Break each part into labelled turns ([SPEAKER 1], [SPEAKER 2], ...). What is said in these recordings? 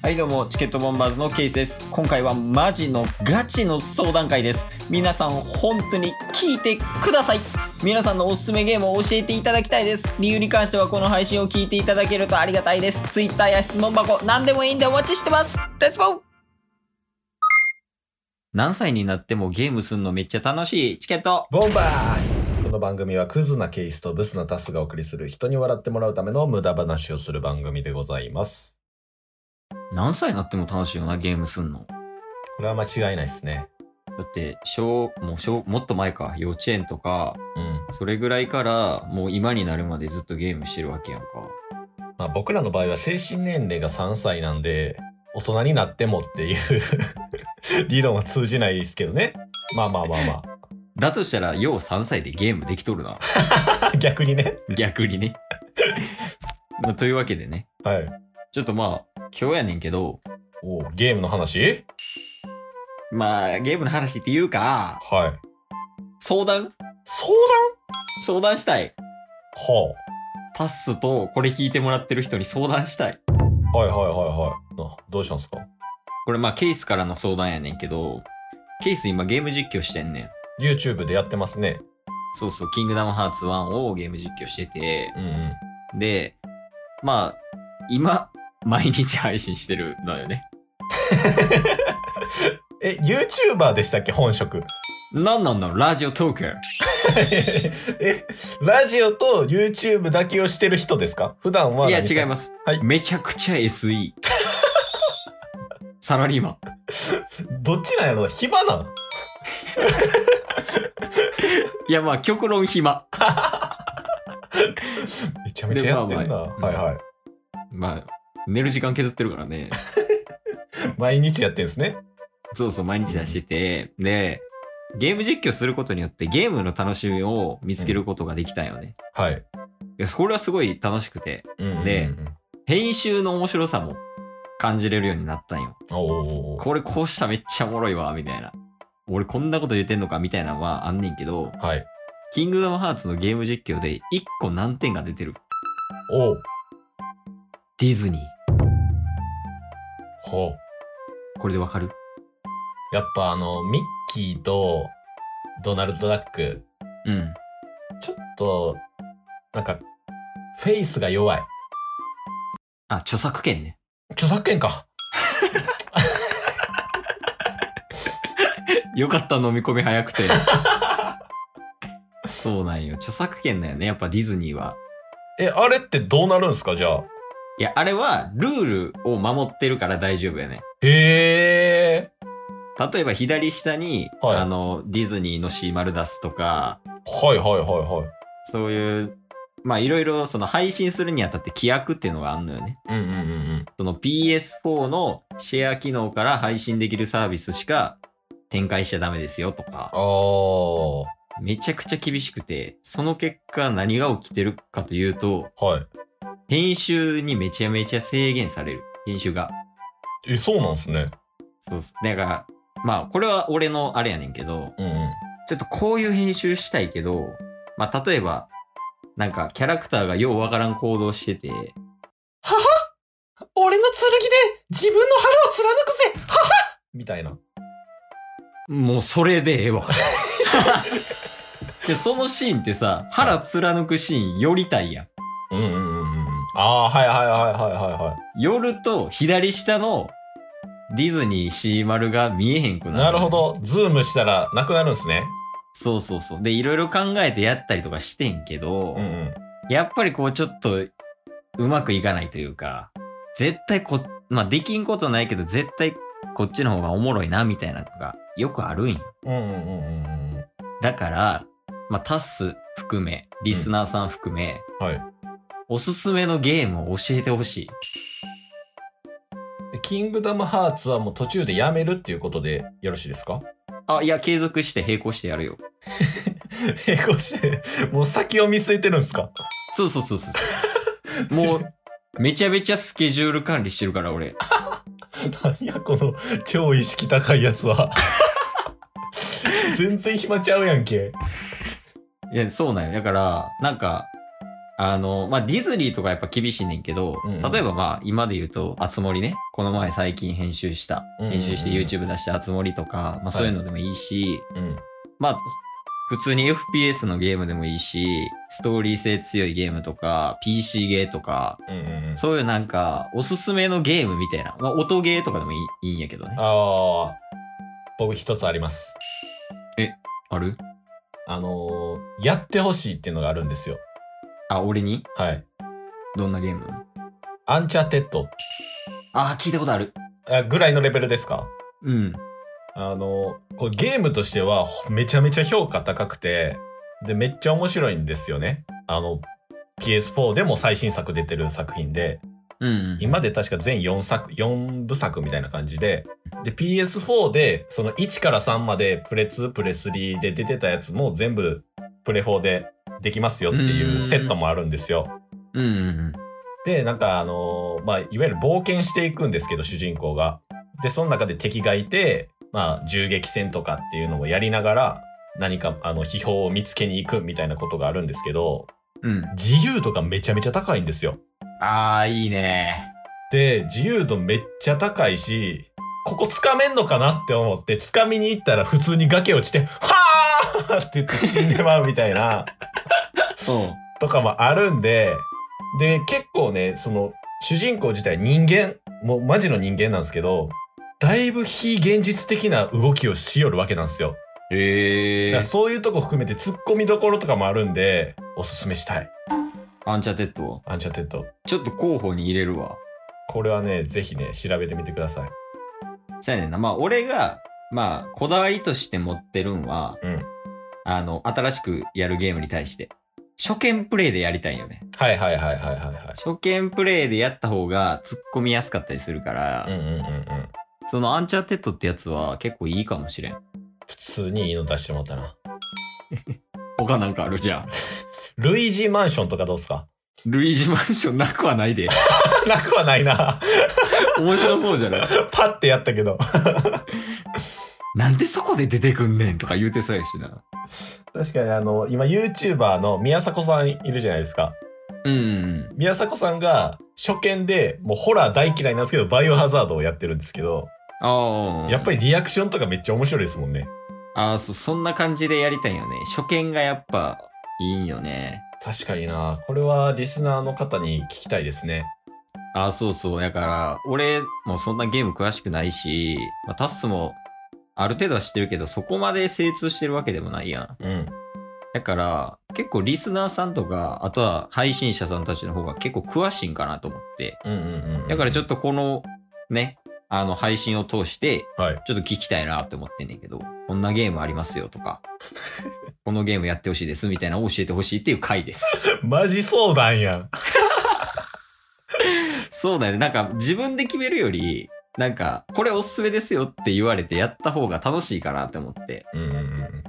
[SPEAKER 1] はいどうもチケットボンバーズのケイスです今回はマジのガチの相談会です皆さん本当に聞いてください皆さんのおすすめゲームを教えていただきたいです理由に関してはこの配信を聞いていただけるとありがたいです Twitter や質問箱何でもいいんでお待ちしてますレッツゴー何歳になってもゲームすんのめっちゃ楽しいチケット
[SPEAKER 2] ボンバーこの番組はクズなケースとブスなタスがお送りする人に笑ってもらうための無駄話をする番組でございます。
[SPEAKER 1] 何歳になっても楽しいよなゲームすんの
[SPEAKER 2] これは間違いないですね。
[SPEAKER 1] だって小もう小もっと前か幼稚園とか
[SPEAKER 2] うん。
[SPEAKER 1] それぐらいからもう今になるまでずっとゲームしてるわけやんか。
[SPEAKER 2] まあ僕らの場合は精神年齢が3歳なんで、大人になってもっていう 理論は通じないですけどね。まあまあまあま
[SPEAKER 1] だとしたら、よう3歳でゲームできとるな。
[SPEAKER 2] あ。 逆にね。
[SPEAKER 1] 逆にね。 まあというわけでね。
[SPEAKER 2] はい。
[SPEAKER 1] ちょっとまあ、今日やねんけど、
[SPEAKER 2] おうゲームの話
[SPEAKER 1] まあ、ゲームの話っていうか、
[SPEAKER 2] はい。
[SPEAKER 1] 相談
[SPEAKER 2] 相
[SPEAKER 1] 相談したい。
[SPEAKER 2] 談は
[SPEAKER 1] タッスとこれ聞いてもらってる人に相談したい。
[SPEAKER 2] あ。はいはいはいはい。などうしたんですか
[SPEAKER 1] これまあ、ケースからの相談やねんけど、ケース今ゲーム実況してんねん。
[SPEAKER 2] ?YouTube でやってますね。
[SPEAKER 1] そうそう、キングダムハーツ1をゲーム実況してて、
[SPEAKER 2] うんうん。
[SPEAKER 1] で、まあ、今、 毎日配信してるのよね。
[SPEAKER 2] え、YouTuber でしたっけ本職。
[SPEAKER 1] なんなんなんラジオトーク
[SPEAKER 2] え、ラジオと YouTube だけをしてる人ですか普段は。
[SPEAKER 1] いや、違い
[SPEAKER 2] ま
[SPEAKER 1] ます。
[SPEAKER 2] はい
[SPEAKER 1] めちゃくちゃ SE。サラリーマン。
[SPEAKER 2] す。どっちなんやろ暇なん
[SPEAKER 1] いや、まあ、極論暇。
[SPEAKER 2] めちゃめちゃやってん
[SPEAKER 1] で
[SPEAKER 2] な。
[SPEAKER 1] まあまあ
[SPEAKER 2] はいはい。
[SPEAKER 1] まあ、寝る時間削ってるからね。
[SPEAKER 2] 毎日やってんですね。
[SPEAKER 1] そうそう、毎日出してて。で、ゲーム実況することによってゲームの楽しみを見つけることができたよね。
[SPEAKER 2] はい。
[SPEAKER 1] いや、これはすごい楽しくて、
[SPEAKER 2] うんうんうん
[SPEAKER 1] で編集の面白さも感じれるようになったんよ。
[SPEAKER 2] おおー。
[SPEAKER 1] これこうしたらめっちゃおもろいわ、みたいな。俺こんなこと言ってんのか、みたいなのはあんねんけど、
[SPEAKER 2] はい。
[SPEAKER 1] キングダムハーツのゲーム実況で1個難点が出てる。
[SPEAKER 2] おう
[SPEAKER 1] ディズニー。
[SPEAKER 2] ほう。
[SPEAKER 1] これでわかる
[SPEAKER 2] やっぱあの、ミッキーとドナルド・ダック、
[SPEAKER 1] うん。
[SPEAKER 2] ちょっと、なんか、フェイスが弱い。
[SPEAKER 1] あ、著作権ね。
[SPEAKER 2] 著作権か。
[SPEAKER 1] よかった、飲み込み早くて。そうなんよ。著作権だよね、やっぱディズニーは。
[SPEAKER 2] え、あれってどうなるんすかじゃあ。
[SPEAKER 1] いや、あれはルールを守ってるから大丈夫やね。
[SPEAKER 2] へえ。
[SPEAKER 1] 例えば左下に、
[SPEAKER 2] はい
[SPEAKER 1] あの、ディズニーのシーマル出すとか、
[SPEAKER 2] はいはいはいはい。
[SPEAKER 1] そういう、まあいろいろその配信するにあたって規約っていうのがあるのよね。
[SPEAKER 2] うんうんうん
[SPEAKER 1] その PS4 のシェア機能から配信できるサービスしか展開しちゃダメですよとか、
[SPEAKER 2] うん。あ
[SPEAKER 1] めちゃくちゃ厳しくて、その結果何が起きてるかというと、
[SPEAKER 2] あ。はい。
[SPEAKER 1] 編集にめちゃめちゃ制限される。編集が。
[SPEAKER 2] え、そうなんすね。
[SPEAKER 1] そうっす。だから、まあこれは俺のあれやねんけど、
[SPEAKER 2] うんうん。
[SPEAKER 1] ちょっとこういう編集したいけど、まあ例えば、なんかキャラクターがようわからん行動してて、
[SPEAKER 2] 俺の剣で自分の腹を貫くぜははみたいな。
[SPEAKER 1] もうそれでええわ。 で、そのシーンってさ、腹貫くシーン寄りたいやん。
[SPEAKER 2] うんうんうんうん。ああー、はいはいはいはいはいは。
[SPEAKER 1] 寄ると左下のディズニーシーマルが見えへんくないる。
[SPEAKER 2] なるほ。ど。ズームしたらなくなるんすね。
[SPEAKER 1] そうそうそう。で、いろいろ考えてやったりとかしてんけど、
[SPEAKER 2] うんうん。
[SPEAKER 1] やっぱりこうちょっとうまくいかないというか、絶対こ、まあできんことないけど絶対こっちの方がおもろいなみたいなのがよくあるんよ。
[SPEAKER 2] うんうんうんうんうん。
[SPEAKER 1] だから、まあ、タス含め、リスナーさん含め、
[SPEAKER 2] うんはい
[SPEAKER 1] おすすめのゲームを教えてほしい。
[SPEAKER 2] でキングダムハーツはもう途中でやめるっていうことでよろしいですか
[SPEAKER 1] あ、いや、継続して並行してやるよ。
[SPEAKER 2] 並行して、もう先を見据えてるんすか
[SPEAKER 1] そうそうそう そう。もう、めちゃめちゃスケジュール管理してるから、俺。
[SPEAKER 2] なんやこの超意識高いやつ は。全然暇ちゃうやんけ。
[SPEAKER 1] いや、そうなんよ。だから、なんか、あの、まあ、ディズニーとかやっぱ厳しいねんけど、
[SPEAKER 2] うん
[SPEAKER 1] 例えばまあ、今で言うと、あつ森ね、この前最近編集した、
[SPEAKER 2] うん
[SPEAKER 1] 編集して YouTube 出したあつ森とか、まあ、そういうのでもいいし、
[SPEAKER 2] うん。
[SPEAKER 1] まあ、普通に FPS のゲームでもいいし、ストーリー性強いゲームとか、PC ゲーとか、
[SPEAKER 2] うんうんうん。
[SPEAKER 1] そういうなんか、おすすめのゲームみたいな、まあ、音ゲーとかでもいいいいんやけどね。あ
[SPEAKER 2] ああ、僕一つあります。
[SPEAKER 1] る
[SPEAKER 2] あのーやってほしいっていうのがあるんですよ。
[SPEAKER 1] あ、俺に
[SPEAKER 2] はい。
[SPEAKER 1] どんなゲーム
[SPEAKER 2] アンチャーテッド
[SPEAKER 1] あ、聞いたことある。
[SPEAKER 2] あぐらいのレベルですか
[SPEAKER 1] うん。
[SPEAKER 2] あのーこれゲームとしてはほめちゃめちゃ評価高くて、で、めっちゃ面白いんですよね。あの、PS4 でも最新作出てる作品で、
[SPEAKER 1] うん、うん。
[SPEAKER 2] 今で確か全4作、4部作みたいな感じで、で、PS4 でその1から3までプレ2、プレ3で出てたやつも全部プレ4でできますよっていうセットもあるんですよ。
[SPEAKER 1] うんうん
[SPEAKER 2] でなんかあのーまあいわゆる冒険していくんですけど主人公が。でその中で敵がいて、まあ、銃撃戦とかっていうのをやりながら何かあの秘宝を見つけに行くみたいなことがあるんですけど
[SPEAKER 1] うん。うん。
[SPEAKER 2] 自由度がめちゃめちゃ高いんですよ。
[SPEAKER 1] あー、いいね。
[SPEAKER 2] で自由度めっちゃ高いしここ掴めんのかなって思って掴みに行ったら普通に崖落ちて「はあ!」って言って死んでまうみたいな。
[SPEAKER 1] そ
[SPEAKER 2] とかもあるんで、で、結構ね、その、主人公自体人間、もうマジの人間なんですけど、だいぶ非現実的な動きをしよるわけなんですよ。
[SPEAKER 1] う。へ
[SPEAKER 2] だからそういうとこ含めて突っ込みどころとかもあるんで、おすすめしたい。
[SPEAKER 1] アンチャーテッドを
[SPEAKER 2] アンチャーテッド。
[SPEAKER 1] ちょっと候補に入れるわ。
[SPEAKER 2] これはね、ぜひね、調べてみてください。
[SPEAKER 1] そうやねんな。まあ、俺が、まあ、こだわりとして持ってるんは、
[SPEAKER 2] うん
[SPEAKER 1] あの、新しくやるゲームに対して、初見プレイでやりたいんよね。
[SPEAKER 2] はいはいはいはいはいはい。
[SPEAKER 1] 初見プレイでやった方が突っ込みやすかったりするから、
[SPEAKER 2] うんうんうんうん。
[SPEAKER 1] そのアンチャーテッドってやつは結構いいかもしれん。
[SPEAKER 2] 普通にいいの出してもらったな。
[SPEAKER 1] 他なんかあるじゃん。
[SPEAKER 2] ルイージマンションとかどうすか
[SPEAKER 1] ルイージマンションなくはないで。
[SPEAKER 2] なくはないな。
[SPEAKER 1] 面白そうじゃない
[SPEAKER 2] パッてやったけど。
[SPEAKER 1] なんでそこで出てくんねんとか言うてそうやしな。
[SPEAKER 2] 確かにあの今 YouTuber の宮迫さんいるじゃないですか
[SPEAKER 1] うんうん。
[SPEAKER 2] 宮迫さんが初見でもうホラー大嫌いなんですけどバイオハザードをやってるんですけど
[SPEAKER 1] ああ。
[SPEAKER 2] やっぱりリアクションとかめっちゃ面白いですもんね
[SPEAKER 1] ああ、そう、そんな感じでやりたいよね。初見がやっぱいいよね。
[SPEAKER 2] 確かになこれはリスナーの方に聞きたいですね
[SPEAKER 1] ああ、そうそう。だから、俺もそんなゲーム詳しくないし、まあ、タッスもある程度は知ってるけど、そこまで精通してるわけでもないやん。
[SPEAKER 2] うん
[SPEAKER 1] だから、結構リスナーさんとか、あとは配信者さんたちの方が結構詳しいんかなと思って。
[SPEAKER 2] うんうんうん
[SPEAKER 1] だからちょ
[SPEAKER 2] っ
[SPEAKER 1] っとこの、ね、あの配信を通して、
[SPEAKER 2] とはい
[SPEAKER 1] ちょっと聞きたいなって思ってんねんけど、こんなゲームありますよとか、このゲームやってほしいですみたいなのを教えてほしいっていう回です。
[SPEAKER 2] マジ相談やん
[SPEAKER 1] そうだよね。なんか自分で決めるより、なんか、これおすすめですよって言われてやった方が楽しいかなって思って。
[SPEAKER 2] うんうんうん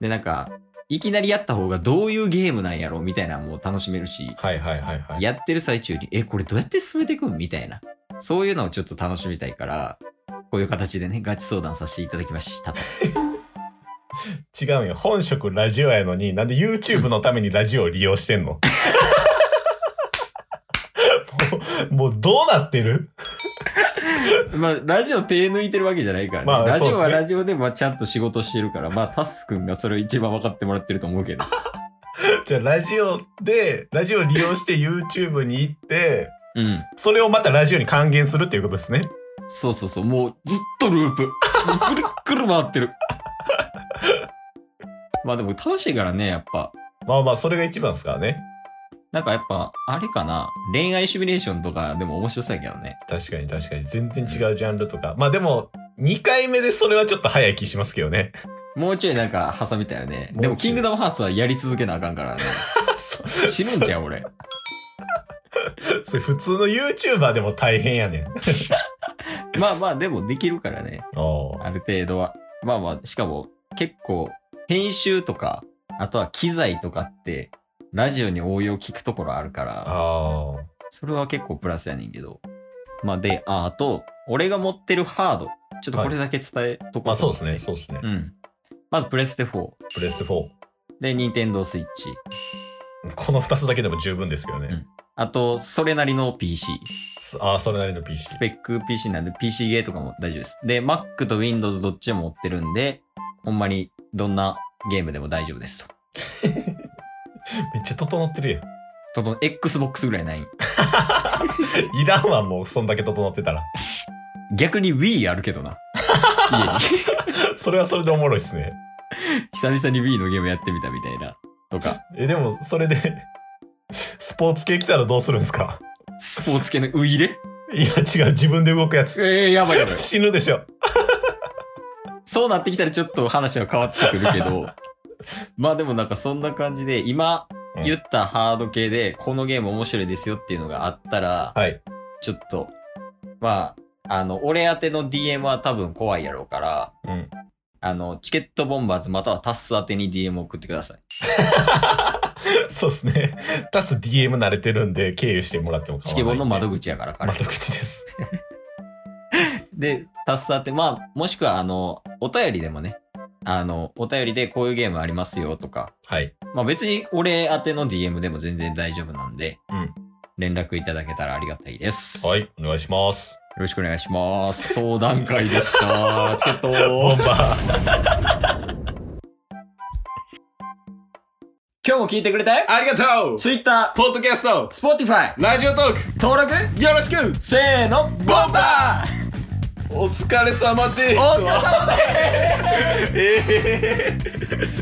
[SPEAKER 1] で、なんか、いきなりやった方がどういうゲームなんやろみたいなのも楽しめるし、
[SPEAKER 2] はいはいはいはい
[SPEAKER 1] やってる最中に、え、これどうやって進めていくんみたいな。そういうのをちょっと楽しみたいから、こういう形でね、ガチ相談させていただきましたと。
[SPEAKER 2] 違うんよ本職ラジオやのになんで YouTube のためにラジオを利用してんの もうもうどうなってる
[SPEAKER 1] まあ、ラジオ手抜いてるわけじゃないからね。
[SPEAKER 2] まあ
[SPEAKER 1] ラジオ
[SPEAKER 2] そうっ
[SPEAKER 1] は
[SPEAKER 2] すね
[SPEAKER 1] ラジオで、まあ、ちゃんと仕事してるから、まあ、タス君がそれを一番分かってもらってると思うけど。
[SPEAKER 2] じゃあラジオでラジオ利用して YouTube に行って
[SPEAKER 1] うん。
[SPEAKER 2] それをまたラジオに還元するっていうことですね
[SPEAKER 1] そうそうそう。もう、ずっとループ。 もうぐるっくる回ってる。まあ、でも楽しいからね、やっぱ。
[SPEAKER 2] まあまあそれが一番ですからね
[SPEAKER 1] なんかやっぱ、あれかな。恋愛シミュレーションとかでも面白そうやけどね。
[SPEAKER 2] 確かに確かに全然違うジャンルとかまあでも2回目でそれはちょっと早い気しますけどね
[SPEAKER 1] もうちょいなんか挟みたいよね。
[SPEAKER 2] もうちょい
[SPEAKER 1] でも、キングダムハーツはやり続けなあかんからね。
[SPEAKER 2] そ
[SPEAKER 1] 死ぬんちゃう、俺。
[SPEAKER 2] それ普通の YouTuber でも大変やねん
[SPEAKER 1] まあまあ、でもできるからね。
[SPEAKER 2] おー
[SPEAKER 1] ある程度は。まあまあ、しかも結構編集とか、あとは機材とかって、ラジオに応用聞くところあるから、
[SPEAKER 2] あー
[SPEAKER 1] それは結構プラスやねんけど。まあで、あ、あと、俺が持ってるハード。ちょっとこれだけ伝えとこうと思って、
[SPEAKER 2] まあそうですねそうですね
[SPEAKER 1] うん。まずプレステ4。
[SPEAKER 2] プレステ4
[SPEAKER 1] で、ニンテンドースイッチ。
[SPEAKER 2] この2つだけでも十分ですけどね。
[SPEAKER 1] うんあと、それなりの PC。
[SPEAKER 2] すああ、それなりの PC
[SPEAKER 1] ス。ペック PC なんで PC ゲーとかも大丈夫です。で、Mac と Windows どっちも持ってるんで、ほんまにどんなゲームでも大丈夫ですと。
[SPEAKER 2] めっちゃ整ってるやん。
[SPEAKER 1] とと Xbox ぐらいない。
[SPEAKER 2] いらんわ、もう、そんだけ整ってたら。
[SPEAKER 1] 逆に Wii あるけ どな。家に
[SPEAKER 2] それはそれでおもろいっすね。
[SPEAKER 1] 久々に Wii のゲームやってみたみたいな。とか、
[SPEAKER 2] え、でも、それで、 スポーツ系来たらどうするんすか
[SPEAKER 1] スポーツ系のウイレ
[SPEAKER 2] いや、違う、自分で動くやつ。
[SPEAKER 1] えー、やばいやばい。
[SPEAKER 2] 死ぬでしょ。
[SPEAKER 1] そうなってきたらちょっと話は変わってくるけ ど、まあでもなんかそんな感じで、今
[SPEAKER 2] うん
[SPEAKER 1] 言ったハード系で、このゲーム面白いですよっていうのがあったら、
[SPEAKER 2] はい。
[SPEAKER 1] ちょっと、まあ、あの、俺宛ての DM は多分怖いやろうから、
[SPEAKER 2] うん。
[SPEAKER 1] あの、チケットボンバーズまたはタッス宛てに DM を送ってください。
[SPEAKER 2] そうっすね。 タス DM 慣れてるんで、経由してもらっても構わないんで
[SPEAKER 1] チケボンの窓口やから彼。
[SPEAKER 2] 窓口です。
[SPEAKER 1] で、タッス宛て、まあ、もしくは、あの、お便りでもね、あの、お便りでこういうゲームありますよとか、
[SPEAKER 2] はい。
[SPEAKER 1] まあ別に俺宛ての DM でも全然大丈夫なんで、
[SPEAKER 2] うん
[SPEAKER 1] 連絡いただけたらありがたいです。
[SPEAKER 2] は
[SPEAKER 1] よ
[SPEAKER 2] い、お願いします。
[SPEAKER 1] ろしくお願いします。相談会で した。チケット
[SPEAKER 2] ボンバー。
[SPEAKER 1] 今日も聞いてくれて
[SPEAKER 3] ありがとう
[SPEAKER 1] Twitter、
[SPEAKER 3] ポッドキャスト
[SPEAKER 1] Spotify、
[SPEAKER 3] ラジオトー
[SPEAKER 1] 登録
[SPEAKER 3] クよろしく
[SPEAKER 1] せーのボンバー
[SPEAKER 3] お疲れ様です
[SPEAKER 1] お疲れ様
[SPEAKER 3] え
[SPEAKER 1] です
[SPEAKER 3] ー